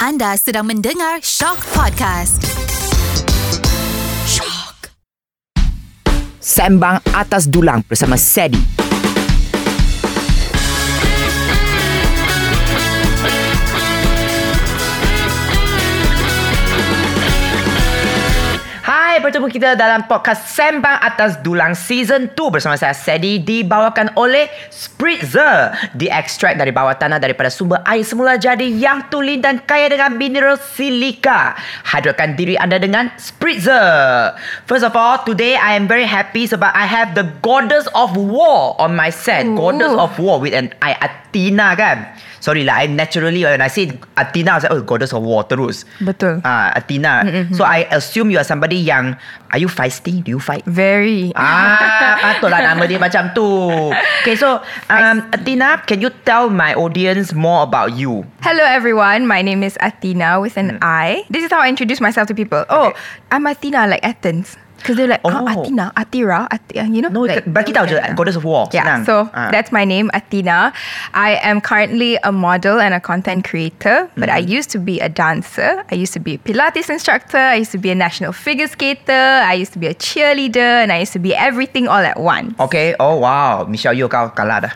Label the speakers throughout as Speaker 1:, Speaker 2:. Speaker 1: Anda sedang mendengar Shock Podcast. Shock.
Speaker 2: Sembang Atas Dulang bersama Sedi. Hai, bertemu kita dalam podcast Sembang Atas Dulang Season 2 bersama saya Sedi dibawakan oleh Spritzer. Diekstrak dari bawah tanah daripada sumber air semula jadi yang tulen dan kaya dengan mineral silika. Hadirkan diri anda dengan Spritzer. First of all, today I am very happy sebab I have the Goddess of War on my set. Goddess of War with an I Athena kan. Sorry lah, I naturally when I say Athena, I was like, oh, Goddess of War terus.
Speaker 3: Betul.
Speaker 2: Ah, Athena. So I assume you are somebody yang are you feisty? Do you fight?
Speaker 3: Very.
Speaker 2: Ah, patutlah nama dia macam tu. Okay, so um, Athena, can you tell my audience more about you?
Speaker 3: Hello, everyone. My name is Athena with an I. This is how I introduce myself to people.
Speaker 2: Hmm.
Speaker 3: Oh,
Speaker 2: Okay.
Speaker 3: I'm Athena, like Athens. Because they're like, oh,
Speaker 2: Oh.
Speaker 3: Athena, Atira, Athena, you know?
Speaker 2: No,
Speaker 3: like,
Speaker 2: bagi tahu je, Goddess of War.
Speaker 3: Yeah,
Speaker 2: Senang.
Speaker 3: so
Speaker 2: Ah.
Speaker 3: that's my name, Athena. I am currently a model and a content creator, but I
Speaker 2: Hmm.
Speaker 3: used to be a dancer. I used to be a Pilates instructor. I used to be a national figure skater. I used to be a cheerleader, and I used to be everything all at once.
Speaker 2: Okay, oh wow, Michelle Yeoh kau kalah dah.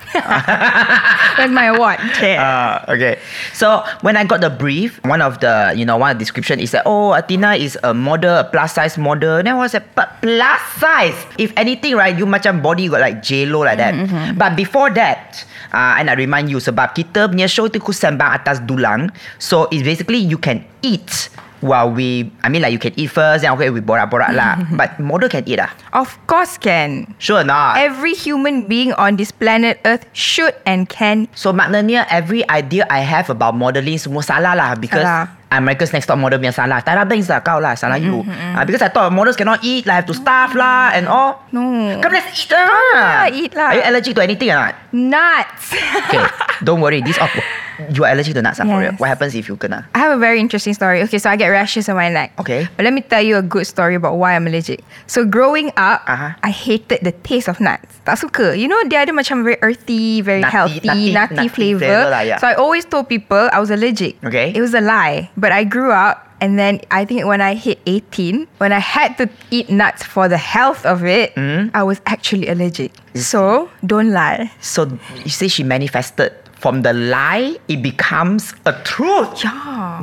Speaker 3: That's my award.
Speaker 2: Ah, okay. So when I got the brief, one of the you know one of the description is that oh Athena is a model, a plus size model. Then I was like, but plus size. If anything, right, you macam body you got like J Lo like that. But before that, uh, and I remind you sebab kita punya show tu ku sembang atas dulang. So it's basically you can eat. While we, I mean like you can eat first, then okay we borak-borak lah. But model can eat ah,
Speaker 3: Of course, can.
Speaker 2: sure or not?
Speaker 3: Every human being on this planet Earth should and can.
Speaker 2: So maknanya every idea I have about modelling semua salah lah because
Speaker 3: Salah.
Speaker 2: America's Next Top Model punya salah. Tara Banks lah kau lah, salah you. Ah, because I thought models cannot eat lah, have to starve lah and all.
Speaker 3: No.
Speaker 2: Come let's eat lah.
Speaker 3: lah, eat lah.
Speaker 2: Are you allergic to anything or not?
Speaker 3: Nuts!
Speaker 2: Okay, don't worry. This awkward. You are allergic to nuts, yes. for real.
Speaker 3: Yes.
Speaker 2: What happens if you kena?
Speaker 3: I have a very interesting story. Okay, so I get rashes on my neck.
Speaker 2: Okay.
Speaker 3: But let me tell you a good story about why I'm allergic. So growing up,
Speaker 2: Uh-huh.
Speaker 3: I hated the taste of nuts. Tak suka. You know, dia ada macam very earthy, very
Speaker 2: Nutty-
Speaker 3: healthy,
Speaker 2: nutty-
Speaker 3: nutty,
Speaker 2: nutty
Speaker 3: flavor.
Speaker 2: flavour lah, yeah.
Speaker 3: So I always told people I was allergic.
Speaker 2: Okay.
Speaker 3: It was a lie. But I grew up and then I think when I hit 18, when I had to eat nuts for the health of it,
Speaker 2: Mm-hmm.
Speaker 3: I was actually allergic. So don't lie.
Speaker 2: So you say she manifested from the lie, it becomes a truth.
Speaker 3: Yeah.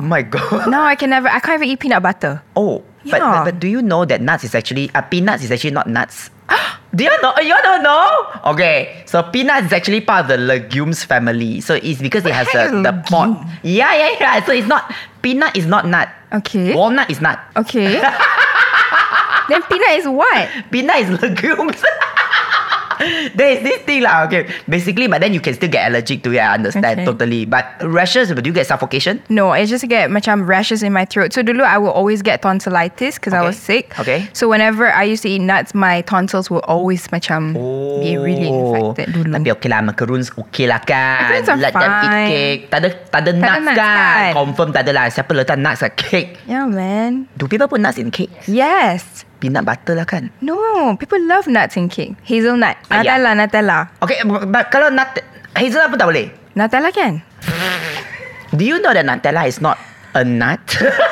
Speaker 2: Oh my god.
Speaker 3: Now I can never, I can't even eat peanut butter.
Speaker 2: Oh, but, but
Speaker 3: Yeah.
Speaker 2: but do you know that nuts is actually uh, peanuts is actually not nuts? do you know? You don't know? Okay, so peanuts is actually part of the legumes family. So it's because it has the,
Speaker 3: heck is
Speaker 2: the pod. Yeah, yeah, yeah. So it's not peanut is not nut.
Speaker 3: Okay.
Speaker 2: Walnut is nut.
Speaker 3: Okay. then peanut is what?
Speaker 2: Peanut is legumes. There is this thing lah, okay. Basically, but then you can still get allergic to it. I understand
Speaker 3: Okay.
Speaker 2: totally. But rashes, but do you get suffocation?
Speaker 3: No, I just get macam rashes in my throat. So dulu I will always get tonsillitis because I
Speaker 2: Okay.
Speaker 3: was sick.
Speaker 2: Okay.
Speaker 3: So whenever I used to eat nuts, my tonsils will always macam be really infected dulu.
Speaker 2: Oh. Tapi okay lah Macaroons okay lah kan
Speaker 3: Macaroons are
Speaker 2: Let them eat
Speaker 3: fine.
Speaker 2: cake Tak ada, tak ada nuts,
Speaker 3: nuts
Speaker 2: kan.
Speaker 3: kan?
Speaker 2: Confirm tak ada lah Siapa letak nuts at cake
Speaker 3: yeah, man.
Speaker 2: Do people put nuts in cake?
Speaker 3: Yes.
Speaker 2: Peanut butter lah kan
Speaker 3: No, people love nuts in cake. Hazelnut.
Speaker 2: Ah, yeah.
Speaker 3: Nutella, Nutella.
Speaker 2: Okay but but kalau nut Hazelnut pun tak boleh
Speaker 3: Nutella can.
Speaker 2: Do you know that Nutella is not a nut?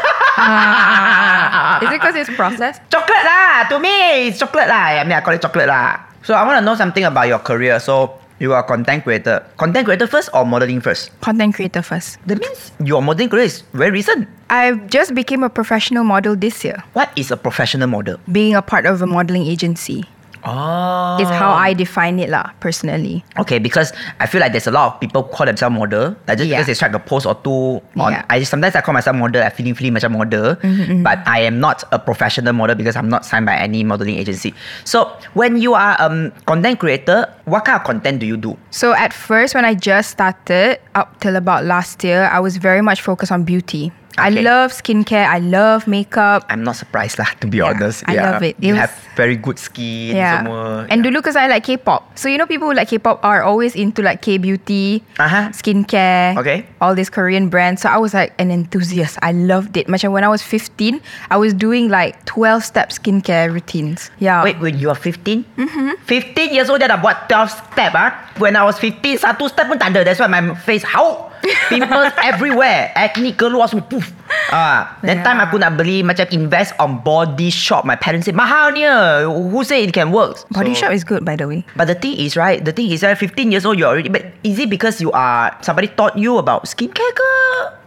Speaker 3: Is it because it's processed?
Speaker 2: chocolate lah To me it's chocolate lah I mean I call it chocolate lah So I want to know something about your career So you are content creator Content creator first or modeling first?
Speaker 3: Content creator first.
Speaker 2: That means your modeling career is very recent
Speaker 3: I just became a professional model this year,
Speaker 2: What is a professional model?
Speaker 3: being a part of a modeling agency.
Speaker 2: Oh.
Speaker 3: is how I define it lah personally.
Speaker 2: Okay, because I feel like there's a lot of people who call themselves model. Like just
Speaker 3: Yeah.
Speaker 2: because they strike a post or two on
Speaker 3: Yeah.
Speaker 2: I
Speaker 3: Mm-hmm,
Speaker 2: sometimes I call myself model, I feeling feeling macam model. But I am not a professional model because I'm not signed by any modeling agency. So when you are um content creator, what kind of content do you do?
Speaker 3: So at first when I just started up till about last year, I was very much focused on beauty. I
Speaker 2: Okay.
Speaker 3: love skincare, I love makeup.
Speaker 2: I'm not surprised lah, to be
Speaker 3: Yeah,
Speaker 2: honest.
Speaker 3: I love it.
Speaker 2: You
Speaker 3: It was-
Speaker 2: have very good skin,
Speaker 3: Yeah.
Speaker 2: semua.
Speaker 3: And dulu because I like K-pop. So you know people who like K-pop are always into like K-beauty,
Speaker 2: Uh-huh.
Speaker 3: skincare,
Speaker 2: Okay.
Speaker 3: all these Korean brands. So I was like an enthusiast. I loved it. Macam when I was 15, I was doing like 12-step skincare routines. Yeah.
Speaker 2: Wait, when you are 15? Mm-hmm. 15 years old, dia dah buat 12 step ah. When I was 15, satu step pun tak ada. That's why my face how Pimples everywhere. Acne keluar semua. Poof. Ah, then
Speaker 3: Yeah.
Speaker 2: time aku nak beli macam invest on body shop. My parents say mahalnya. eh. Who say it can work?
Speaker 3: Body shop is good, by the way.
Speaker 2: But the thing is, right? The thing is, right, 15 years old, you're already. But is it because you are somebody taught you about skincare? Ke?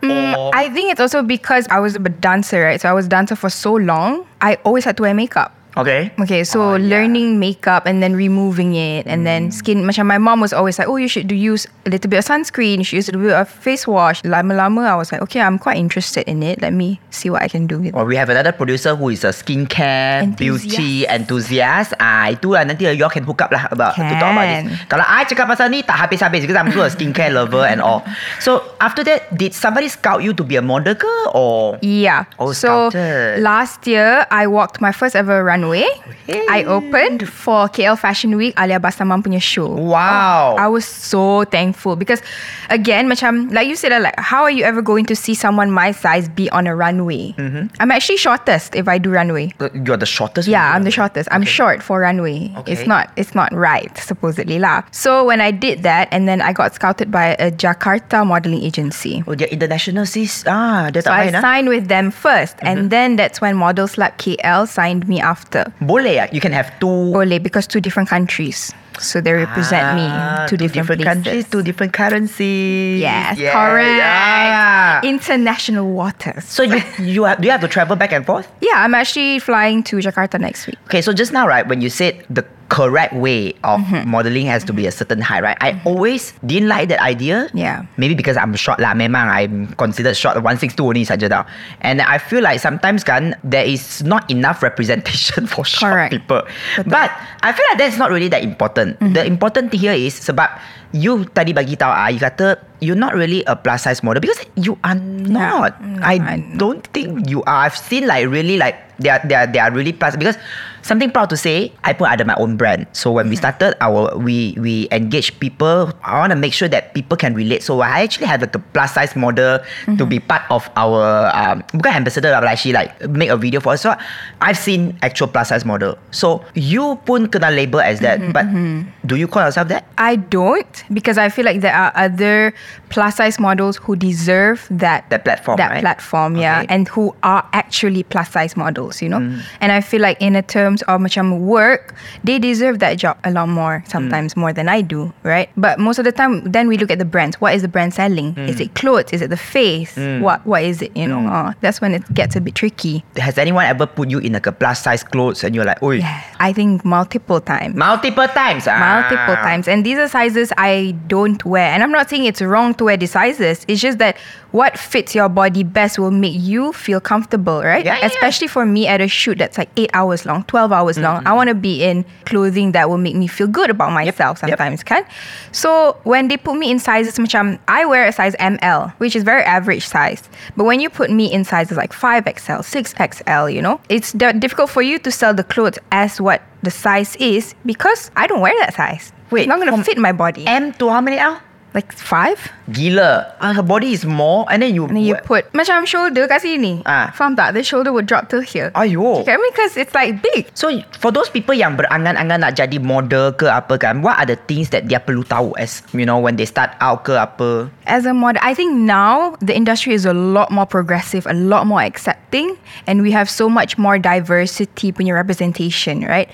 Speaker 3: Mm.
Speaker 2: Or-
Speaker 3: I think it's also because I was a dancer, right? So I was dancer for so long. I always had to wear makeup.
Speaker 2: okay.
Speaker 3: Okay, so learning makeup and then removing it and then skin. Macam my mom was always like, oh, you should do use a little bit of sunscreen. You should use a little bit of face wash. Lama-lama, I was like, okay, I'm quite interested in it. Let me see what I can do with it.
Speaker 2: Well, we have another producer who is a skincare beauty enthusiast. Ah, itulah nanti you all can hook up lah about to talk about this.
Speaker 3: Can.
Speaker 2: Kalau I cakap pasal ni tak habis-habis because I'm also a skincare lover and all. So after that, did somebody scout you to be a model ke or?
Speaker 3: Yeah.
Speaker 2: Oh,
Speaker 3: so
Speaker 2: scouted.
Speaker 3: last year, I walked my first ever runway. I opened for KL Fashion Week Alia Basaman punya show.
Speaker 2: Wow.
Speaker 3: Oh, I was so thankful because, again, macam like you said, lah, like how are you ever going to see someone my size be on a runway?
Speaker 2: Mm-hmm.
Speaker 3: I'm actually shortest if I do runway.
Speaker 2: Uh, You're the shortest.
Speaker 3: Yeah,
Speaker 2: one.
Speaker 3: I'm the shortest. I'm short for runway.
Speaker 2: Okay.
Speaker 3: It's not it's not right supposedly lah. So when I did that, and then I got scouted by a Jakarta modeling agency.
Speaker 2: Oh, they're international sis. Ah, dia
Speaker 3: So
Speaker 2: tak
Speaker 3: I
Speaker 2: main ah.
Speaker 3: signed with them 1st
Speaker 2: Mm-hmm.
Speaker 3: and then that's when Models Lab KL signed me after.
Speaker 2: Boleh ah. You can have two.
Speaker 3: Boleh because two different countries, so they Oh, represent me
Speaker 2: Ah,
Speaker 3: two, different,
Speaker 2: countries,
Speaker 3: places.
Speaker 2: two different currencies.
Speaker 3: yes,
Speaker 2: Yeah,
Speaker 3: correct.
Speaker 2: yeah.
Speaker 3: International waters.
Speaker 2: so you you have, do you have to travel back and forth?
Speaker 3: Yeah, I'm actually flying to Jakarta next week.
Speaker 2: Okay, so just now, right, when you said the correct way of modeling has to be a certain height, right? I always didn't like that idea.
Speaker 3: Yeah.
Speaker 2: Maybe because I'm short lah. Memang I'm considered short. 162 only saja tau. And I feel like sometimes kan, there is not enough representation for short
Speaker 3: Correct.
Speaker 2: people. But I feel like that's not really that important.
Speaker 3: Mm-hmm.
Speaker 2: The important thing here is sebab you tadi bagi tahu ah, you kata you're not really a plus size model because you are not.
Speaker 3: no,
Speaker 2: I
Speaker 3: I-
Speaker 2: don't think you are. I've seen like really like they are they are, they are really plus because something proud to say I put under my own brand. So when we
Speaker 3: Mm-hmm.
Speaker 2: started our we we engage people. I want to make sure that people can relate. So I actually had like a plus size model to
Speaker 3: Mm-hmm.
Speaker 2: be part of our um bukan ambassador lah, but like she like make a video for us. So I've seen actual plus size model. So you pun kena label as that.
Speaker 3: Mm-hmm,
Speaker 2: but do you call yourself that?
Speaker 3: I don't because I feel like there are other plus size models who deserve that
Speaker 2: That platform,
Speaker 3: That
Speaker 2: right?
Speaker 3: platform, yeah,
Speaker 2: Okay. Mm.
Speaker 3: and who are actually plus size models, you know. And I feel like in a terms of macam work, they deserve that job a lot more
Speaker 2: Mm.
Speaker 3: sometimes more than I do, right? But most of the time, then we look at the brands. What is the brand selling? Is
Speaker 2: Mm.
Speaker 3: it clothes? Is it the face? What What is it? You know, uh, that's when it gets a bit tricky.
Speaker 2: Has anyone ever put you in like a plus size clothes and you're like, oi,
Speaker 3: Yeah, I think multiple times.
Speaker 2: multiple times? ah.
Speaker 3: multiple times and these are sizes i don't wear and i'm not saying it's wrong to wear these sizes it's just that what fits your body best will make you feel comfortable right
Speaker 2: Yeah, yeah, yeah.
Speaker 3: especially for me at a shoot that's like 8 hours long 12 hours long i want to be in clothing that will make me feel good about myself
Speaker 2: Mm-hmm. yep.
Speaker 3: sometimes can so when they put me in sizes macam i wear a size ml which is very average size but when you put me in sizes like 5xl 6xl you know it's di- difficult for you to sell the clothes as what the size is because I don't wear that size.
Speaker 2: Wait,
Speaker 3: it's not gonna
Speaker 2: from
Speaker 3: fit my body.
Speaker 2: M to how many L?
Speaker 3: like five,
Speaker 2: Gila. Uh, her body is more and then you
Speaker 3: and then you put macam shoulder kat sini.
Speaker 2: Ah.
Speaker 3: Faham tak? The shoulder would drop till here.
Speaker 2: Aiyo.
Speaker 3: Okay, I mean, because it's like big.
Speaker 2: So for those people yang berangan-angan nak jadi model ke apa kan, what are the things that dia perlu tahu as you know when they start out ke apa?
Speaker 3: As a model, I think now the industry is a lot more progressive, a lot more accepting, and we have so much more diversity punya representation, right?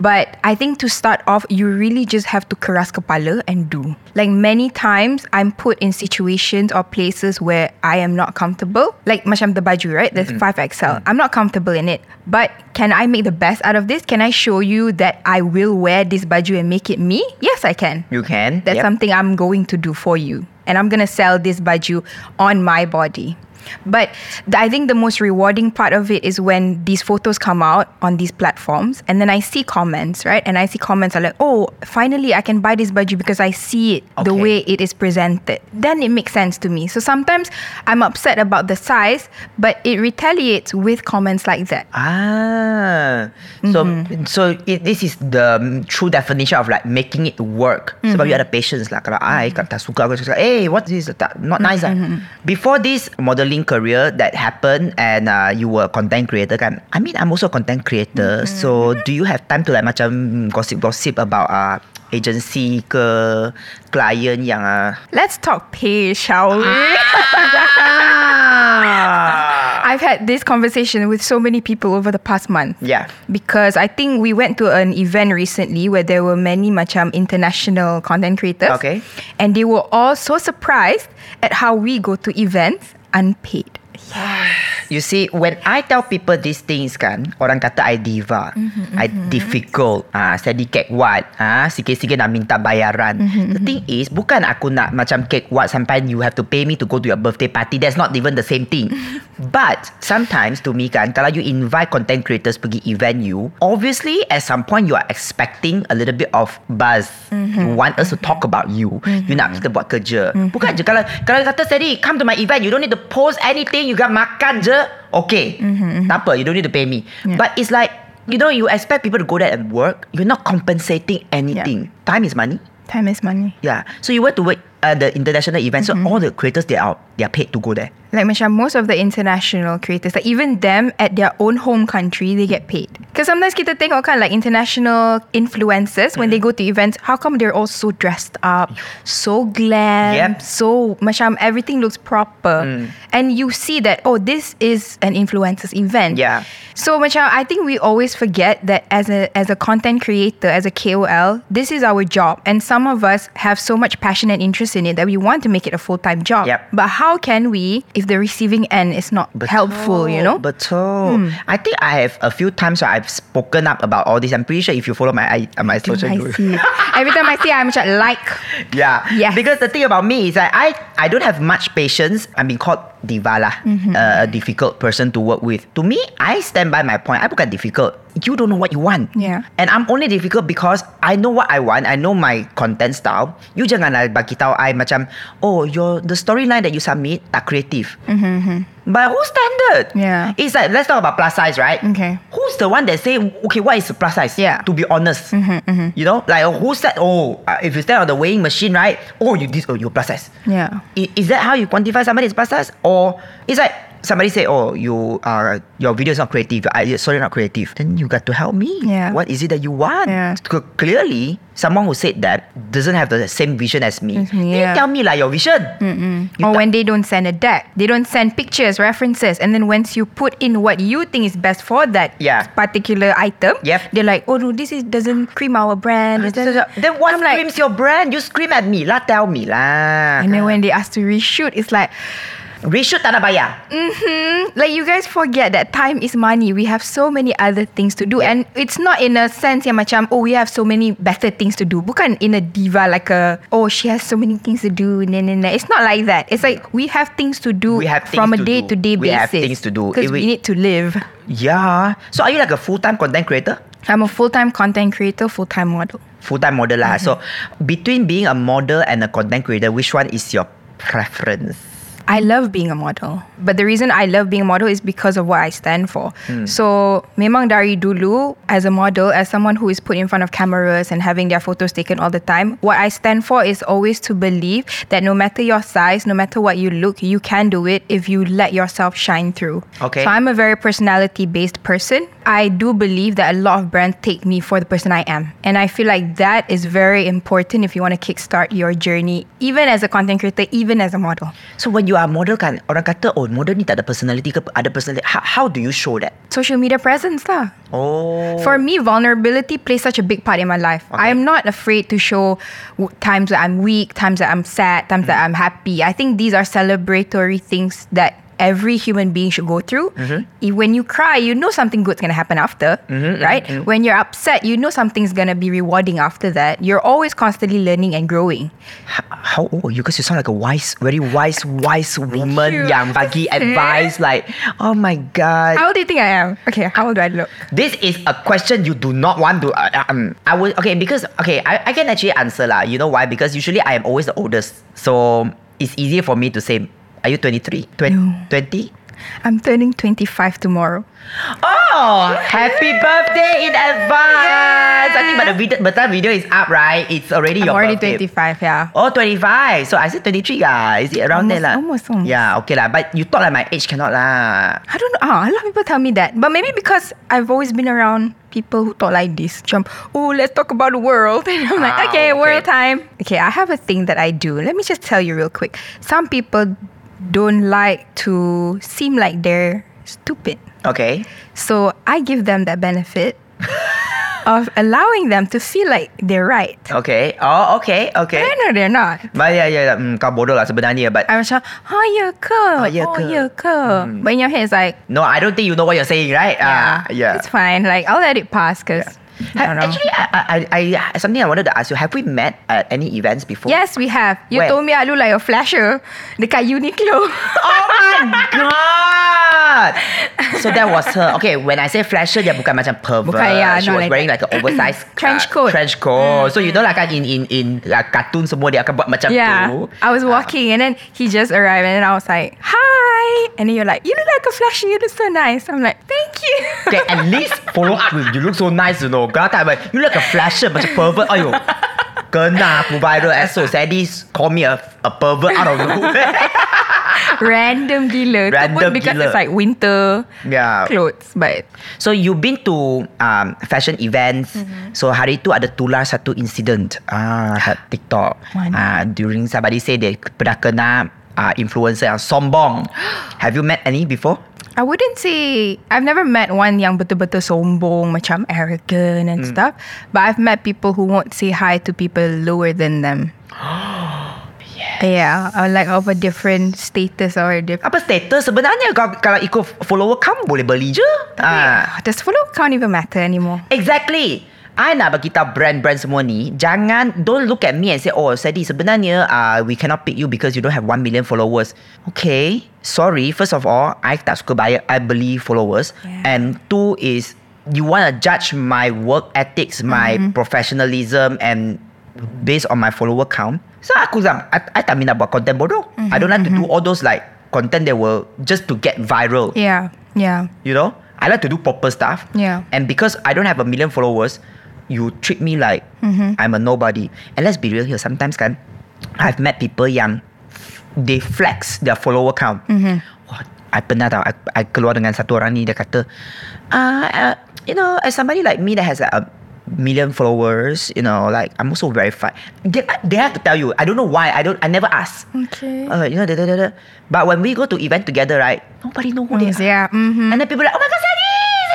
Speaker 3: But I think to start off, you really just have to keras kepala and do. Like many times, I'm put in situations or places where I am not comfortable. Like macam the baju, right? The
Speaker 2: Mm-hmm.
Speaker 3: 5XL. I'm not comfortable in it. But can I make the best out of this? Can I show you that I will wear this baju and make it me? Yes, I can.
Speaker 2: You can.
Speaker 3: That's
Speaker 2: Yep.
Speaker 3: something I'm going to do for you. And I'm going to sell this baju on my body. But th- I think the most rewarding part of it is when these photos come out on these platforms and then I see comments, right? And I see comments are like, oh, finally I can buy this baju because I see it the
Speaker 2: Okay.
Speaker 3: way it is presented. Then it makes sense to me. So sometimes I'm upset about the size, but it retaliates with comments like that.
Speaker 2: Ah, so so it, this is the mm, true definition of like making it work. Sebab you ada patience lah. Kalau I kat tak suka aku cakap, hey, what is this? Tak, not nice lah. Before this modeling career that happened and uh, you were a content creator kan. I mean, I'm also a content creator. So do you have time to like macam gossip gossip about uh, agency ke klien yang uh,
Speaker 3: Let's talk pay, shall we? I've had this conversation with so many people over the past month.
Speaker 2: Yeah.
Speaker 3: Because I think we went to an event recently where there were many macam international content creators.
Speaker 2: Okay.
Speaker 3: And they were all so surprised at how we go to events unpaid.
Speaker 2: You see, when I tell people these things kan, orang kata I diva, I difficult, ah, saya di cake what, ah, sikit-sikit nak minta bayaran. the thing is, bukan aku nak macam cake what sampai you have to pay me to go to your birthday party. That's not even the same thing. But sometimes to me kan, kalau you invite content creators pergi event you, obviously at some point you are expecting a little bit of buzz. You want us to talk about you. You nak kita buat kerja. Bukan je kalau kalau kata Seri, come to my event, you don't need to post anything, you got makan je. Okay. Tak apa, you don't need to pay me. But it's like You know, you expect people to go there and work. You're not compensating anything. Time is money.
Speaker 3: Time is money.
Speaker 2: Yeah. So you went to work at the international event. So all the creators, they are they are paid to go there.
Speaker 3: Like macam most of the international creators, like even them at their own home country, they get paid. Because sometimes kita tengok kan like international influencers when they go to events, how come they're all so dressed up, so glam,
Speaker 2: Yep. Mm.
Speaker 3: so macam everything looks proper, and you see that oh this is an influencer's event.
Speaker 2: Yeah.
Speaker 3: So macam I think we always forget that as a as a content creator, as a KOL, this is our job, and some of us have so much passion and interest in it that we want to make it a full time job.
Speaker 2: Yep.
Speaker 3: But how can we, if the receiving end is not helpful, you know? Hmm.
Speaker 2: Betul. I think I have a few times where I've spoken up about all this. I'm pretty sure if you follow my I- uh, my social
Speaker 3: I
Speaker 2: group-
Speaker 3: see. Every time I see, I'm just like,
Speaker 2: Yeah.
Speaker 3: Yes.
Speaker 2: Because the thing about me is that I, I don't have much patience. I'm being called diva lah,
Speaker 3: Mm-hmm.
Speaker 2: uh, a difficult person to work with. To me, I stand by my point. I bukan difficult. You don't know what you want.
Speaker 3: Yeah.
Speaker 2: And I'm only difficult because I know what I want. I know my content style. You janganlah bagi tahu I macam, oh, your the storyline that you submit tak creative. By whose standard?
Speaker 3: Mm-hmm, Yeah.
Speaker 2: It's like, let's talk about plus size, right?
Speaker 3: Okay.
Speaker 2: Who's the one that say, okay, what is plus size?
Speaker 3: Yeah. Mm-hmm,
Speaker 2: To be honest. You know, like who said, oh, uh, if you stand on the weighing machine, right? Oh, you this, oh, you're plus size.
Speaker 3: yeah.
Speaker 2: I- Is that how you quantify somebody's plus size? Or it's like somebody say, oh, you uh, your video is not creative. Your idea, sorry, not creative. Then you got to help me.
Speaker 3: Yeah.
Speaker 2: What is it that you want?
Speaker 3: Yeah.
Speaker 2: C- Clearly, someone who said that doesn't have the same vision as me.
Speaker 3: As me,
Speaker 2: Then
Speaker 3: yeah.
Speaker 2: tell me like your vision. You
Speaker 3: or when they don't send a deck, they don't send pictures, references, and then once you put in what you think is best for that
Speaker 2: Yeah.
Speaker 3: particular item,
Speaker 2: Yep.
Speaker 3: they're like, oh no, this is doesn't cream our brand. It's doesn't-"
Speaker 2: Then what
Speaker 3: I'm like-
Speaker 2: screams your brand? You scream at me lah. Tell me lah.
Speaker 3: And then when they ask to reshoot, it's like,
Speaker 2: Reshoot tak nak bayar.
Speaker 3: like you guys forget that time is money. We have so many other things to do, and it's not in a sense yang macam oh we have so many better things to do. Bukan in a diva like a oh she has so many things to do. Nah, nah, nah. It's not like that. It's like we have things to do
Speaker 2: We have
Speaker 3: from a
Speaker 2: things to
Speaker 3: day
Speaker 2: do.
Speaker 3: to day
Speaker 2: We
Speaker 3: basis.
Speaker 2: have things to do.
Speaker 3: because
Speaker 2: If
Speaker 3: we,
Speaker 2: we-
Speaker 3: need to live.
Speaker 2: Yeah. So are you like a full-time content creator?
Speaker 3: I'm a full time content creator, full time model.
Speaker 2: Full-time model lah. So between being a model and a content creator, which one is your preference?
Speaker 3: I love being a model. But the reason I love being a model is because of what I stand for. So, memang dari dulu, as a model, as someone who is put in front of cameras and having their photos taken all the time, what I stand for is always to believe that no matter your size, no matter what you look, you can do it if you let yourself shine through.
Speaker 2: Okay.
Speaker 3: So, I'm a very personality based person. I do believe that a lot of brands take me for the person I am. And I feel like that is very important if you want to kickstart your journey, even as a content creator, even as a model.
Speaker 2: So when you are model kan, orang kata, oh model ni tak ada personality ke? Ada personality. How, how do you show that?
Speaker 3: social media presence lah.
Speaker 2: Oh.
Speaker 3: For me, vulnerability plays such a big part in my life. I am not afraid to show w- times that I'm weak, times that I'm sad, times
Speaker 2: Mm-hmm.
Speaker 3: that I'm happy. I think these are celebratory things that every human being should go through.
Speaker 2: Mm-hmm.
Speaker 3: If- When you cry, you know something good's gonna happen after, right?
Speaker 2: mm-hmm.
Speaker 3: When you're upset, you know something's gonna be rewarding after that. You're always constantly learning and growing.
Speaker 2: H- how old are you? Because you sound like a wise, very wise, wise woman
Speaker 3: you.
Speaker 2: yang bagi advice like, oh my god.
Speaker 3: How old do you think I am? Okay, how old do I look?
Speaker 2: This is a question you do not want to. Uh, uh, um, I would okay because okay I, I can actually answer lah. You know why? Because usually I am always the oldest, so it's easier for me to say. Are you 23? 20?
Speaker 3: I'm turning 25 tomorrow.
Speaker 2: Oh, Wow! Happy birthday in advance! I think by the video, by the time video is up, right? It's already
Speaker 3: I'm
Speaker 2: your
Speaker 3: already
Speaker 2: birthday.
Speaker 3: 25, yeah.
Speaker 2: Oh, 25. So I said 23 lah. Is it around there
Speaker 3: Almost,
Speaker 2: lah?
Speaker 3: almost, almost.
Speaker 2: Yeah, okay lah. But you thought like my age cannot lah.
Speaker 3: I don't know. Ah, a lot of people tell me that. But maybe because I've always been around people who thought like this. Jump, oh, let's talk about the world. And I'm like,
Speaker 2: Ah,
Speaker 3: okay, world
Speaker 2: okay.
Speaker 3: time. Okay, I have a thing that I do. Let me just tell you real quick. Some people don't like to seem like they're stupid.
Speaker 2: Okay.
Speaker 3: So I give them that benefit of allowing them to feel like they're right.
Speaker 2: Okay. Oh, okay. Okay.
Speaker 3: I know they're not.
Speaker 2: But yeah, yeah, yeah. Mm, kau bodoh lah sebenarnya. But
Speaker 3: I'm macam, oh, yeah, ke?
Speaker 2: Oh, ya
Speaker 3: Oh,
Speaker 2: ke?
Speaker 3: yeah, ke?
Speaker 2: Mm.
Speaker 3: But in your head, it's like,
Speaker 2: no, I don't think you know what you're saying, right?
Speaker 3: yeah,
Speaker 2: Ah, yeah.
Speaker 3: it's fine. Like, I'll let it pass because I
Speaker 2: Ha-
Speaker 3: don't know.
Speaker 2: actually, I, I, I, I, something I wanted to ask you. Have we met at any events before?
Speaker 3: Yes, we have. You
Speaker 2: Where?
Speaker 3: told me I look like a flasher dekat Uniqlo.
Speaker 2: Oh my god! So that was her. Okay, when I say flasher, dia bukan macam pervert.
Speaker 3: Bukan, yeah,
Speaker 2: she
Speaker 3: not
Speaker 2: was
Speaker 3: like
Speaker 2: wearing like an oversized
Speaker 3: Trench
Speaker 2: uh,
Speaker 3: coat. Mm.
Speaker 2: trench coat. So you know like kan in in in uh, cartoon semua dia akan buat macam
Speaker 3: yeah.
Speaker 2: tu.
Speaker 3: I was
Speaker 2: Ah.
Speaker 3: walking and then he just arrived and then I was like, hi. And then you're like, you look like a flasher. You look so nice. I'm like, thank you.
Speaker 2: Okay, at least follow up with you look so nice, you know. Kalau tak, like, you look a flasher macam pervert. Ayo, kena aku viral Eh, SO. Sadie call me a, a pervert out of nowhere.
Speaker 3: Random gila. Tu pun
Speaker 2: Random
Speaker 3: because
Speaker 2: gila.
Speaker 3: it's like winter
Speaker 2: yeah.
Speaker 3: clothes. But
Speaker 2: Ya. So you've been to um, fashion events. So hari tu ada tular satu incident ah kat TikTok. Ah
Speaker 3: Mana?
Speaker 2: during somebody say they pernah kena ah influencer yang sombong. Have you met any before?
Speaker 3: I wouldn't say I've never met one yang betul-betul sombong macam arrogant
Speaker 2: Hmm.
Speaker 3: and stuff. But I've met people who won't say hi to people lower than them. Yeah, or like of a different status or a different.
Speaker 2: Apa status sebenarnya kau kalau ikut follower kamu boleh beli je. Ah
Speaker 3: Does follow can't even matter anymore.
Speaker 2: exactly. I nak bagi tahu brand-brand semua ni Jangan Don't look at me and say Oh Sadie sebenarnya uh, We cannot pick you Because you don't have 1 million followers Okay Sorry First of all I tak suka bayar I beli followers
Speaker 3: Yeah.
Speaker 2: And two is You want to judge my work ethics My professionalism And Based on my follower count So aku zam I, I tak minat buat content bodoh I don't like to do all those like Content that will Just to get viral
Speaker 3: Yeah, yeah.
Speaker 2: you know, I like to do proper stuff.
Speaker 3: Yeah.
Speaker 2: And because I don't have a million followers, you treat me like I'm a nobody. And let's be real here. Sometimes kan, I've met people yang they flex their follower count. Wah, I pernah tau, I, I keluar dengan satu orang ni dia kata, uh, uh, you know, as somebody like me that has like a million followers, you know, like I'm also verified. They, they have to tell you. I don't know why. I don't. I never ask.
Speaker 3: Okay.
Speaker 2: Uh, you know, da, da, da, da. but when we go to event together, right? Nobody know who they are.
Speaker 3: yeah. Mm-hmm.
Speaker 2: And then people are like, oh my god, Sadie!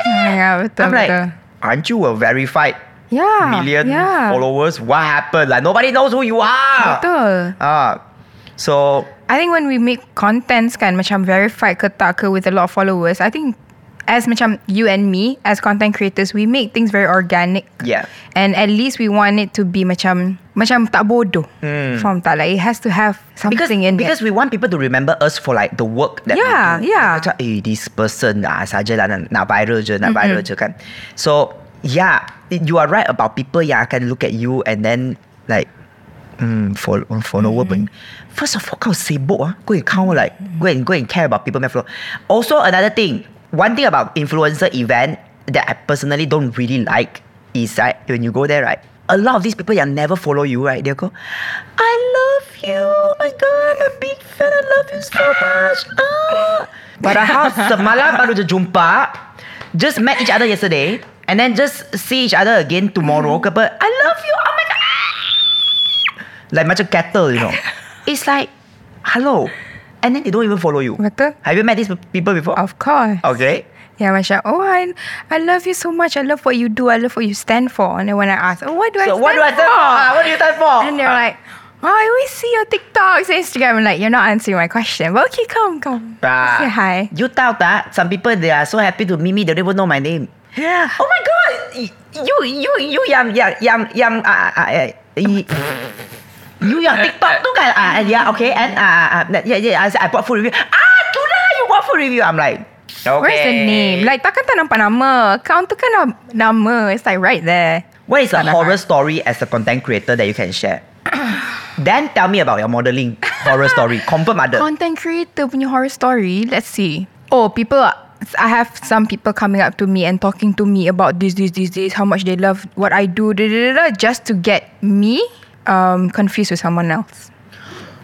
Speaker 3: yeah, betul,
Speaker 2: I'm like,
Speaker 3: betul.
Speaker 2: aren't you a verified
Speaker 3: yeah,
Speaker 2: million
Speaker 3: yeah.
Speaker 2: followers? What happened? Like, nobody knows who you are.
Speaker 3: Betul.
Speaker 2: Ah, so,
Speaker 3: I think when we make contents kan macam verified ke tak ke with a lot of followers, I think as macam you and me as content creators, we make things very organic.
Speaker 2: Yeah.
Speaker 3: And at least we want it to be macam macam tak bodoh.
Speaker 2: Hmm.
Speaker 3: From tak like it has to have something
Speaker 2: because,
Speaker 3: in
Speaker 2: because we want people to remember us for like the work that
Speaker 3: Yeah,
Speaker 2: we do.
Speaker 3: yeah.
Speaker 2: Macam, eh, this person, ah, sajalah, nak, nak viral je, nak viral je kan. So, yeah, it- you are right about people yang akan look at you and then like, Hmm, follow, follower mm First of all, kau sibuk ah. Go and count like, go and go and care about people. punya follow. Also another thing, one thing about influencer event that I personally don't really like is right when you go there right. A lot of these people that never follow you right, they go, I love you. Oh my god, I'm a big fan. I love you so much. Ah. Padahal semalam baru je jumpa, just met each other yesterday, and then just see each other again tomorrow. ke apa. I love you. Oh my god. Like macam cattle, you know. It's like, hello. And then they don't even follow you.
Speaker 3: Betul.
Speaker 2: Have you met these people before?
Speaker 3: Of course.
Speaker 2: Okay.
Speaker 3: Yeah, macam oh I, I love you so much. I love what you do. I love what you stand for. And then when I ask, oh, what do I
Speaker 2: So
Speaker 3: stand
Speaker 2: what do I
Speaker 3: for?
Speaker 2: stand for? Ah, What do you stand for? Ah.
Speaker 3: And they're like, oh, I always see your TikToks, Instagram. I'm like, you're not answering my question. But okay, come, come.
Speaker 2: Ah.
Speaker 3: Say hi.
Speaker 2: You tahu tak? Some people they are so happy to meet me, they don't even know my name.
Speaker 3: Yeah.
Speaker 2: Oh my god! Y- You you you yang yang yang yang ah ah ah, y- you yang TikTok tu kan? Ah ah, yeah okay and ah ah, ah yeah yeah I, I bought food review. Ah tu lah you bought food review. I'm like okay.
Speaker 3: Where's the name? Like, takkan tak nampak nama. Account tu kan nam- nama. It's like right there.
Speaker 2: What is a
Speaker 3: Sana
Speaker 2: horror
Speaker 3: Heart.
Speaker 2: story as a content creator that you can share? then tell me about your modeling horror story. Confirm ada.
Speaker 3: Content creator punya horror story. Let's see. Oh, people are I have some people coming up to me and talking to me about this, this, this, this, how much they love what I do, da, da, da, da, just to get me um, confused with someone else.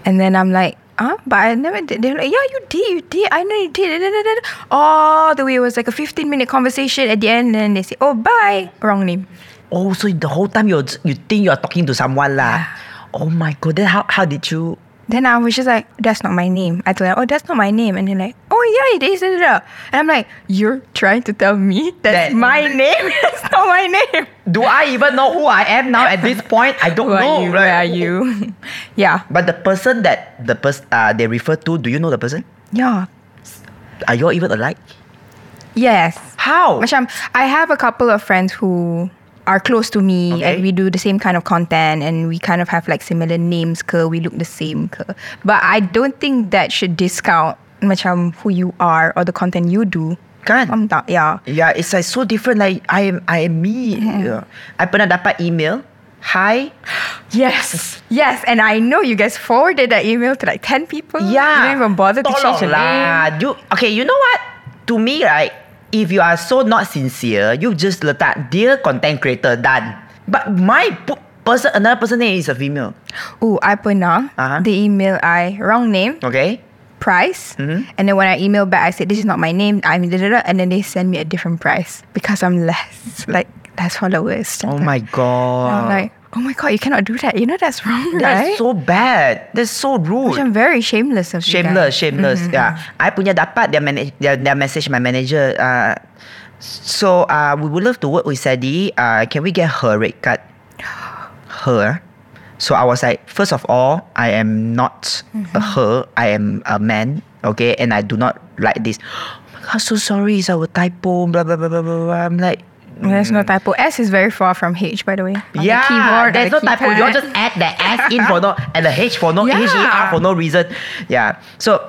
Speaker 3: And then I'm like, huh? But I never did. They're like, yeah, you did, you did. I know you did. Da, da, da, da. All the way it was like a 15 minute conversation at the end, and then they say, oh, bye. Wrong name.
Speaker 2: Oh, so the whole time you you think you are talking to someone lah. Oh my god, then how how did you?
Speaker 3: Then I was just like, that's not my name. I told her, oh, that's not my name. And they're like, oh, yeah, it is. da, da, da." And I'm like, you're trying to tell me
Speaker 2: That-
Speaker 3: that's my name? that's not my name.
Speaker 2: Do I even know who I am now at this point? I don't
Speaker 3: Who are
Speaker 2: know.
Speaker 3: you?
Speaker 2: Oh, right?
Speaker 3: Where are you? yeah.
Speaker 2: But the person that the person uh, they refer to, do you know the person?
Speaker 3: Yeah.
Speaker 2: Are you all even alike?
Speaker 3: Yes.
Speaker 2: How?
Speaker 3: Macam, I have a couple of friends who are close to me
Speaker 2: Okay.
Speaker 3: and we do the same kind of content and we kind of have like similar names ke, we look the same ke. But I don't think that should discount macam who you are or the content you do.
Speaker 2: Kan?
Speaker 3: Faham tak? Yeah.
Speaker 2: Yeah, it's like so different. Like I am, I am me.
Speaker 3: Mm-hmm.
Speaker 2: Yeah. I pernah dapat email. Hi.
Speaker 3: Yes. Yes, and I know you guys forwarded that email to like 10 people.
Speaker 2: Yeah.
Speaker 3: You don't even bother to change the name.
Speaker 2: lah. You, okay, you know what? To me, right, if you are so not sincere, you just letak dear content creator done. But my p- person, another person name is a female.
Speaker 3: Oh, I pernah.
Speaker 2: Uh-huh.
Speaker 3: The email I wrong name.
Speaker 2: Okay.
Speaker 3: price.
Speaker 2: Mm-hmm.
Speaker 3: And then when I emailed back, I said, This is not my name. I'm da, da, da," And then they send me a different price because I'm less, like, less followers.
Speaker 2: Oh my
Speaker 3: And I'm
Speaker 2: god.
Speaker 3: like, Oh my God, you cannot do that. You know, that's wrong,
Speaker 2: That's
Speaker 3: right?
Speaker 2: so bad. That's so rude.
Speaker 3: I'm very shameless of you.
Speaker 2: Shameless,
Speaker 3: guys.
Speaker 2: shameless. Yeah, I punya dapat their manage their, their message my manager. Uh, so uh, we would love to work with Sadie. Uh, can we get her rate card? Her. So I was like, first of all, I am not a her. I am a man. Okay, and I do not like this. Oh my god, so sorry, it's our typo. Blah blah blah blah blah. blah. I'm like.
Speaker 3: There's no typo. S is very far from H, by the way. on the
Speaker 2: yeah,
Speaker 3: keyboard, on
Speaker 2: there's
Speaker 3: the
Speaker 2: no typo. You all
Speaker 3: keypad.
Speaker 2: just add the S in for no and the H for no
Speaker 3: Yeah.
Speaker 2: H E R for no reason. Yeah. So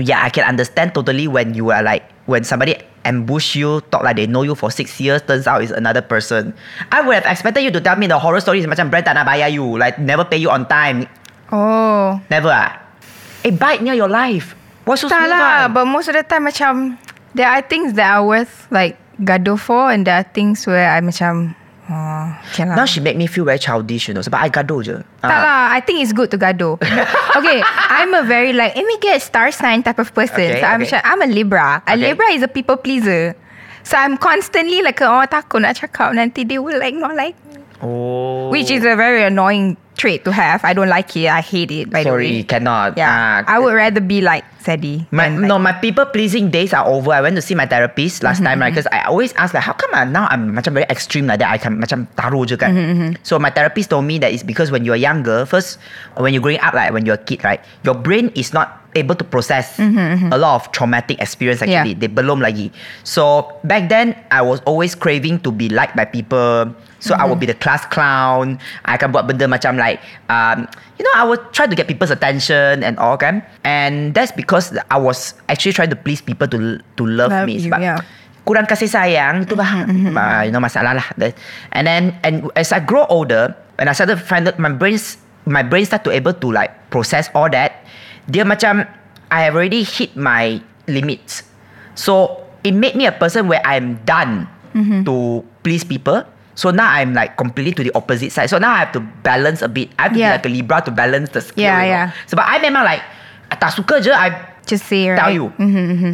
Speaker 2: yeah, I can understand totally when you are like when somebody ambush you, talk like they know you for six years, turns out it's another person. I would have expected you to tell me the horror story is macam brand tanah bayar you, like never pay you on time.
Speaker 3: Oh.
Speaker 2: Never ah. Eh, bite near your life. What's so
Speaker 3: Tak
Speaker 2: smooth
Speaker 3: lah,
Speaker 2: one?
Speaker 3: but most of the time macam there are things that are worth like gaduh for and there are things where I macam oh, okay lah.
Speaker 2: Now she make me feel very childish, you know. But I gaduh je.
Speaker 3: Tak
Speaker 2: Ah.
Speaker 3: lah, I think it's good to gaduh. okay, I'm a very like, let me get a star sign type of person.
Speaker 2: Okay,
Speaker 3: so I'm,
Speaker 2: okay.
Speaker 3: macam- I'm a Libra.
Speaker 2: Okay.
Speaker 3: A Libra is a people pleaser. So I'm constantly like, oh takut nak cakap nanti they will like not like. me."
Speaker 2: Oh.
Speaker 3: Which is a very annoying trait to have. I don't like it. I hate it. By
Speaker 2: Sorry,
Speaker 3: the way.
Speaker 2: cannot.
Speaker 3: Yeah,
Speaker 2: Ah,
Speaker 3: I would rather be like Sadie.
Speaker 2: My,
Speaker 3: than, like, Mm-hmm,
Speaker 2: no, my people pleasing days are over. I went to see my therapist last time, right? Because I always ask like, how come I, now I'm macam very extreme like that? I can macam taruh je kan.
Speaker 3: Mm-hmm,
Speaker 2: So my therapist told me that it's because when you're younger, first when you're growing up, like when you're a kid, right, your brain is not able to process a lot of traumatic experience. Actually,
Speaker 3: Mm-hmm,
Speaker 2: they
Speaker 3: Yeah.
Speaker 2: belum lagi. So back then, I was always craving to be liked by people. So I
Speaker 3: Mm-hmm.
Speaker 2: would be the class clown. I akan buat benda macam like, um, you know, I would try to get people's attention and all kan. And that's because I was actually trying to please people to to love,
Speaker 3: Love
Speaker 2: me.
Speaker 3: you,
Speaker 2: Sebab
Speaker 3: yeah.
Speaker 2: kurang kasih sayang itu lah.
Speaker 3: Mm-hmm,
Speaker 2: Ah, you know masalah lah. That- And then and as I grow older, when I started find that my brains my brain start to able to like process all that, dia macam I have already hit my limits. So it made me a person where I'm done
Speaker 3: Mm-hmm.
Speaker 2: to please people. So now I'm like completely to the opposite side. So now I have to balance a bit. I have to be
Speaker 3: Yeah.
Speaker 2: like a Libra to balance the scale.
Speaker 3: Yeah,
Speaker 2: you know.
Speaker 3: yeah.
Speaker 2: Sebab I memang like tak suka je I
Speaker 3: just say right.
Speaker 2: tell you.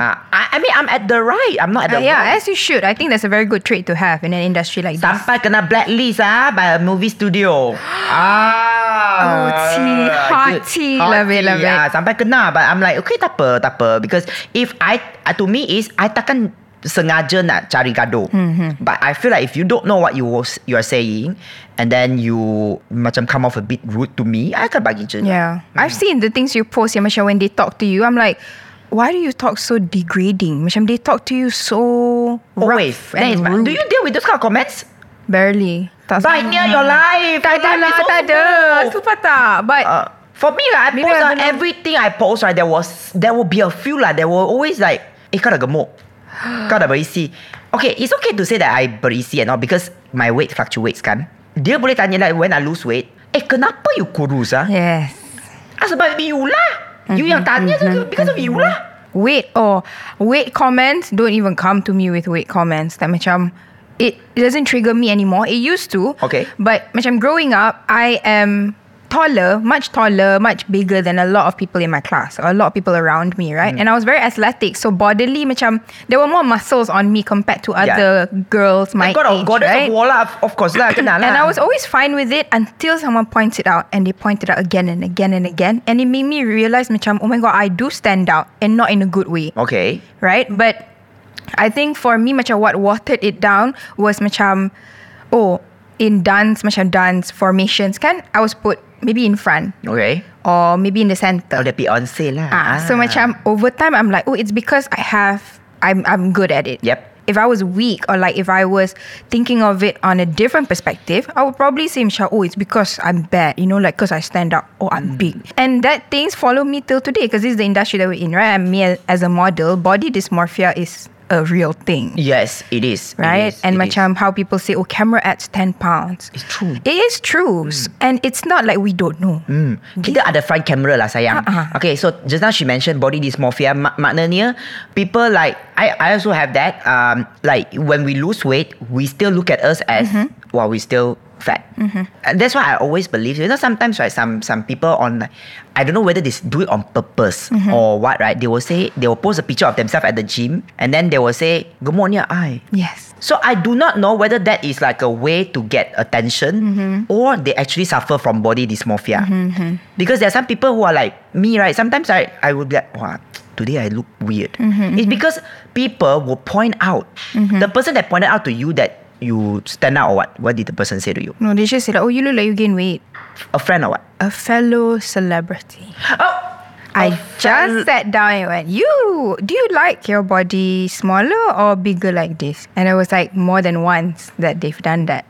Speaker 2: Ah, I, I mean, I'm at the right. I'm not at
Speaker 3: Uh,
Speaker 2: the
Speaker 3: yeah,
Speaker 2: wrong.
Speaker 3: as you should. I think that's a very good trait to have in an industry like that.
Speaker 2: Sampai kena blacklist ah by a movie studio. ah.
Speaker 3: Oh, tea. Hot
Speaker 2: good.
Speaker 3: tea. Love it, love
Speaker 2: Ah, sampai kena. But I'm like, okay, tak apa, tak apa. Because if I, ah, to me is, I takkan sengaja nak cari gaduh.
Speaker 3: Mm-hmm.
Speaker 2: But I feel like if you don't know what you was, you are saying, and then you macam come off a bit rude to me, I akan bagi je.
Speaker 3: Yeah. I've seen the things you post yeah, macam when they talk to you. I'm like, why do you talk so degrading? Macam they talk to you so
Speaker 2: Always.
Speaker 3: rough
Speaker 2: Then
Speaker 3: and
Speaker 2: it's bad.
Speaker 3: rude.
Speaker 2: Do you deal with those kind of comments?
Speaker 3: Barely. Tak
Speaker 2: Bite near your life.
Speaker 3: Tak ada
Speaker 2: Your
Speaker 3: lah,
Speaker 2: life is
Speaker 3: tak ada.
Speaker 2: awful.
Speaker 3: Super tak. But
Speaker 2: Uh, for me, like, I
Speaker 3: Maybe
Speaker 2: post
Speaker 3: I
Speaker 2: on
Speaker 3: don't know.
Speaker 2: everything I post, right, there was there will be a few like there were always like, eh, kau dah gemuk. kau dah berisi. Okay, it's okay to say that I berisi and all because my weight fluctuates kan. Dia boleh tanya like when I lose weight, eh kenapa you kurus ah?
Speaker 3: yes.
Speaker 2: Mm-hmm, Ah sebab you lah. You yang tanya tu because of you lah.
Speaker 3: weight or weight oh, comments don't even come to me with weight comments. Like macam it, it doesn't trigger me anymore. It used to.
Speaker 2: Okay.
Speaker 3: But macam growing up, I am taller, much taller, much bigger than a lot of people in my class, or a lot of people around me,
Speaker 2: Mm.
Speaker 3: right? And I was very athletic, so bodily macam there were more muscles on me compared to other girls my
Speaker 2: God,
Speaker 3: age,
Speaker 2: of God,
Speaker 3: right?
Speaker 2: right? wall lah. Of course lah, kenal lah.
Speaker 3: And I was always fine with it until someone points it out, and they point it out again and again and again, and it made me realize, macam, oh my god, I do stand out, and not in a good way,
Speaker 2: Okay.
Speaker 3: right? But I think for me, macam what watered it down was macam, oh, in dance, macam dance formations kan, I was put maybe in front
Speaker 2: Okay.
Speaker 3: or maybe in
Speaker 2: Oh,
Speaker 3: the center.
Speaker 2: the Beyonce lah.
Speaker 3: Ah, so macam over time, I'm like, oh, it's because I have, I'm, I'm good at it.
Speaker 2: Yep.
Speaker 3: If I was weak or like if I was thinking of it on a different perspective, I would probably say, macam, oh, it's because I'm bad, you know, like because I stand out, oh,
Speaker 2: Hmm.
Speaker 3: I'm big. And that things follow me till today because this is the industry that we're in, right? And me as- as a model, body dysmorphia is a real thing.
Speaker 2: Yes, it is. It
Speaker 3: Right?
Speaker 2: is,
Speaker 3: and
Speaker 2: it
Speaker 3: macam how people say, oh, camera adds 10 pounds.
Speaker 2: It's true.
Speaker 3: It is true. S- And it's not like we don't know.
Speaker 2: Hmm. Kita ada front camera lah sayang.
Speaker 3: Ah, ah.
Speaker 2: Okay, so just now she mentioned body dysmorphia. Mak- maknanya people like I I also have that. Um, like when we lose weight, we still look at us as well. We still fat. And that's why I always believe. You know, sometimes right, some some people on, like, I don't know whether they s- do it on purpose or what. Right, they will say they will post a picture of themselves at the gym, and then they will say, "Good morning, I."
Speaker 3: Yes.
Speaker 2: So I do not know whether that is like a way to get attention or they actually suffer from body dysmorphia. Because there are some people who are like me, right? Sometimes I, I would be like, wow, today I look weird. it's because people will point out the person that pointed out to you that you stand out or what? What did the person say to you?
Speaker 3: No, they just say like, oh, you look like you gain weight.
Speaker 2: A friend or what?
Speaker 3: A fellow celebrity.
Speaker 2: Oh,
Speaker 3: I
Speaker 2: a
Speaker 3: just
Speaker 2: fel-
Speaker 3: sat down and went, you, do you like your body smaller or bigger like this? And it was like more than once that they've done that.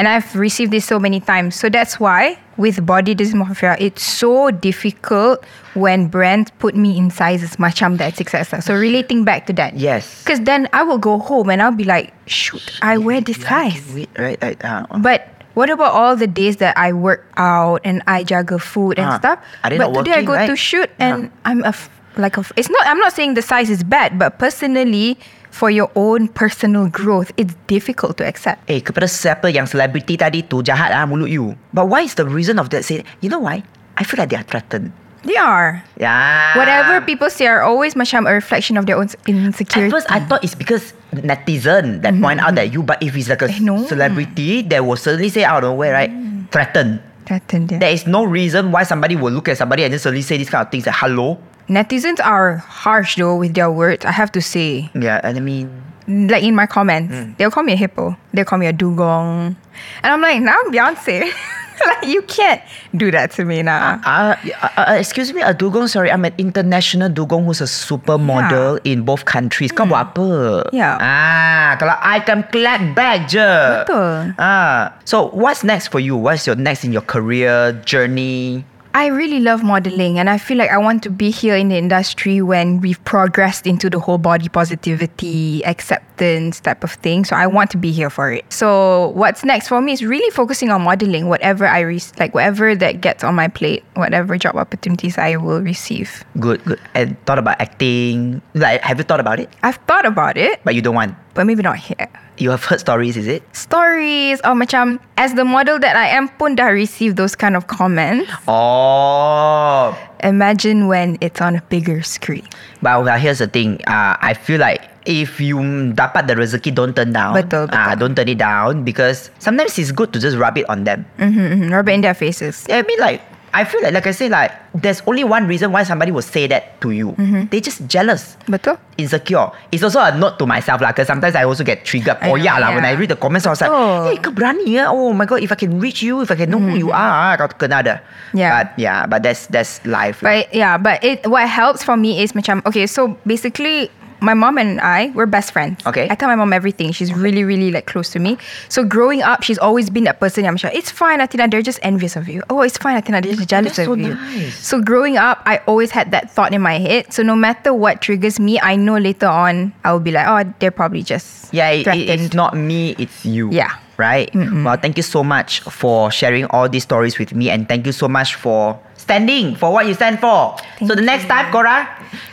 Speaker 3: And I've received this so many times. So that's why with body dysmorphia, it's so difficult when brands put me in sizes macam that etc. So relating back to that.
Speaker 2: Yes.
Speaker 3: Because then I will go home and I'll be like, shoot, I wear this size.
Speaker 2: Wait, right, right. Uh,
Speaker 3: But what about all the days that I work out and I juggle food and
Speaker 2: Ah,
Speaker 3: stuff?
Speaker 2: are they
Speaker 3: but
Speaker 2: not
Speaker 3: today I
Speaker 2: working,
Speaker 3: go
Speaker 2: right?
Speaker 3: to shoot and I'm a f- like a. F- it's not. I'm not saying the size is bad, but personally, for your own personal growth, it's difficult to accept.
Speaker 2: Eh, kepada siapa yang selebriti tadi tu jahat ah mulut you. But why is the reason of that? Say, you know why? I feel like they are threatened.
Speaker 3: They are.
Speaker 2: Yeah.
Speaker 3: Whatever people say are always macam a reflection of their own s-
Speaker 2: At
Speaker 3: insecurity.
Speaker 2: first, I thought it's because netizen that point
Speaker 3: Mm-hmm.
Speaker 2: out that you. But if it's like a
Speaker 3: Eh, no.
Speaker 2: celebrity, they will certainly say out of nowhere, right?
Speaker 3: Mm.
Speaker 2: Threatened.
Speaker 3: Threatened, yeah.
Speaker 2: There is no reason why somebody will look at somebody and just suddenly say these kind of things. Like, hello.
Speaker 3: Netizens are harsh though with their words. I have to say.
Speaker 2: Yeah, and I mean,
Speaker 3: like in my comments, they'll call me a hippo. They'll call me a dugong. And I'm like, now I'm Beyonce. like you can't do that to me now.
Speaker 2: uh, uh, uh, excuse me, a dugong. Sorry, I'm an international dugong who's a supermodel in both countries. Kau buat apa?
Speaker 3: Mm. Yeah.
Speaker 2: Ah, kalau I can clap back je.
Speaker 3: Betul.
Speaker 2: Ah, so what's next for you? What's your next in your career journey?
Speaker 3: I really love modeling and I feel like I want to be here in the industry when we've progressed into the whole body positivity, acceptance type of thing. So I want to be here for it. So what's next for me is really focusing on modeling, whatever I re- like whatever that gets on my plate, whatever job opportunities I will receive.
Speaker 2: Good, good. And thought about acting. Like, have you thought about it?
Speaker 3: I've thought about it,
Speaker 2: But you don't want.
Speaker 3: but maybe not here.
Speaker 2: You have heard stories, is it?
Speaker 3: stories or macam as the model that I am pun dah receive those kind of comments.
Speaker 2: Oh.
Speaker 3: Imagine when it's on a bigger screen.
Speaker 2: But well, here's the thing. Uh, I feel like if you dapat the rezeki, don't turn down.
Speaker 3: Betul,
Speaker 2: Ah,
Speaker 3: betul.
Speaker 2: don't turn it down because sometimes it's good to just rub it on them.
Speaker 3: Mm-hmm, rub it in their faces.
Speaker 2: I mean, like, I feel like, like I say, like, there's only one reason why somebody will say that to you. They're just jealous.
Speaker 3: Mm-hmm. Betul?
Speaker 2: Insecure. It's also a note to myself lah. Because sometimes I also get triggered.
Speaker 3: I
Speaker 2: oh
Speaker 3: know,
Speaker 2: yeah, lah. When I
Speaker 3: yeah.
Speaker 2: read the comments, I was like,
Speaker 3: Betul. Mm-hmm.
Speaker 2: hey, kau berani ya? Oh my god, if I can reach you, if I can know who you are, ah, kau kena ada.
Speaker 3: Yeah.
Speaker 2: But yeah, but that's that's life. lah.
Speaker 3: But yeah, but it what helps for me is macam okay, so basically my mom and I we're best friends.
Speaker 2: Okay.
Speaker 3: I tell my mom everything. She's really, really like close to me. So growing up, she's always been that person. I'm sure it's fine, Athena. They're just envious of you. Oh, it's fine, Athena. They're just jealous
Speaker 2: That's so
Speaker 3: of you.
Speaker 2: nice.
Speaker 3: So growing up, I always had that thought in my head. So no matter what triggers me, I know later on I will be like, oh, they're probably just
Speaker 2: Yeah, it, it-
Speaker 3: threatened.
Speaker 2: it's not me, it's you.
Speaker 3: Yeah.
Speaker 2: Right? Well, thank you so much for sharing all these stories with me and thank you so much for standing for what you stand for.
Speaker 3: Thank
Speaker 2: so the next time, Cora,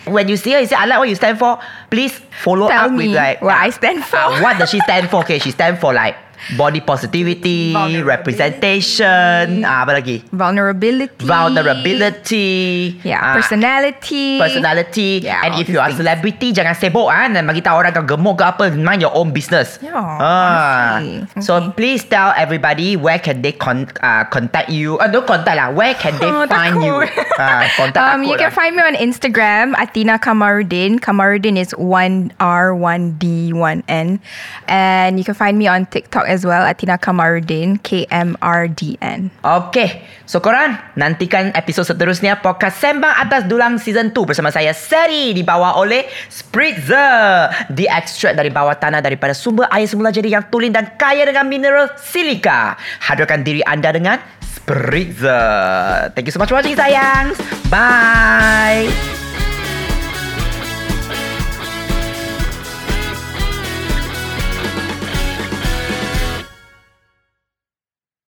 Speaker 2: when you see her, you say, I like what you stand for, please follow
Speaker 3: Tell
Speaker 2: up
Speaker 3: me
Speaker 2: with like
Speaker 3: what
Speaker 2: ah,
Speaker 3: I stand for.
Speaker 2: ah, what does she stand for? Okay, she stand for like body positivity,
Speaker 3: Vulnerability.
Speaker 2: representation, ah, apa lagi?
Speaker 3: Vulnerability.
Speaker 2: Vulnerability.
Speaker 3: Yeah.
Speaker 2: ah,
Speaker 3: personality.
Speaker 2: personality
Speaker 3: Yeah,
Speaker 2: and
Speaker 3: all
Speaker 2: if
Speaker 3: these
Speaker 2: you are
Speaker 3: things.
Speaker 2: celebrity jangan sibuk ah dan bagi tahu orang kau gemuk ke apa mind your own business.
Speaker 3: Yeah,
Speaker 2: Ah.
Speaker 3: Ya, honestly.
Speaker 2: So
Speaker 3: Okay.
Speaker 2: please tell everybody where can they con- uh, contact you? Uh, don't contact lah. Where can they
Speaker 3: Oh,
Speaker 2: find you?
Speaker 3: takut.
Speaker 2: Ah, contact
Speaker 3: Um,
Speaker 2: aku
Speaker 3: you
Speaker 2: lah.
Speaker 3: can find me on Instagram, Athena Kamarudin. Kamarudin is 1R1D1N. And you can find me on TikTok as well, Athena Kamarudin, K M R D N.
Speaker 2: Okay, so korang nantikan episod seterusnya podcast Sembang Atas Dulang Season 2 bersama saya Seri dibawa oleh Spritzer. Diekstrak dari bawah tanah daripada sumber air semula jadi yang tulen dan kaya dengan mineral silika. Hadirkan diri anda dengan Spritzer. Thank you so much for watching sayang. Bye.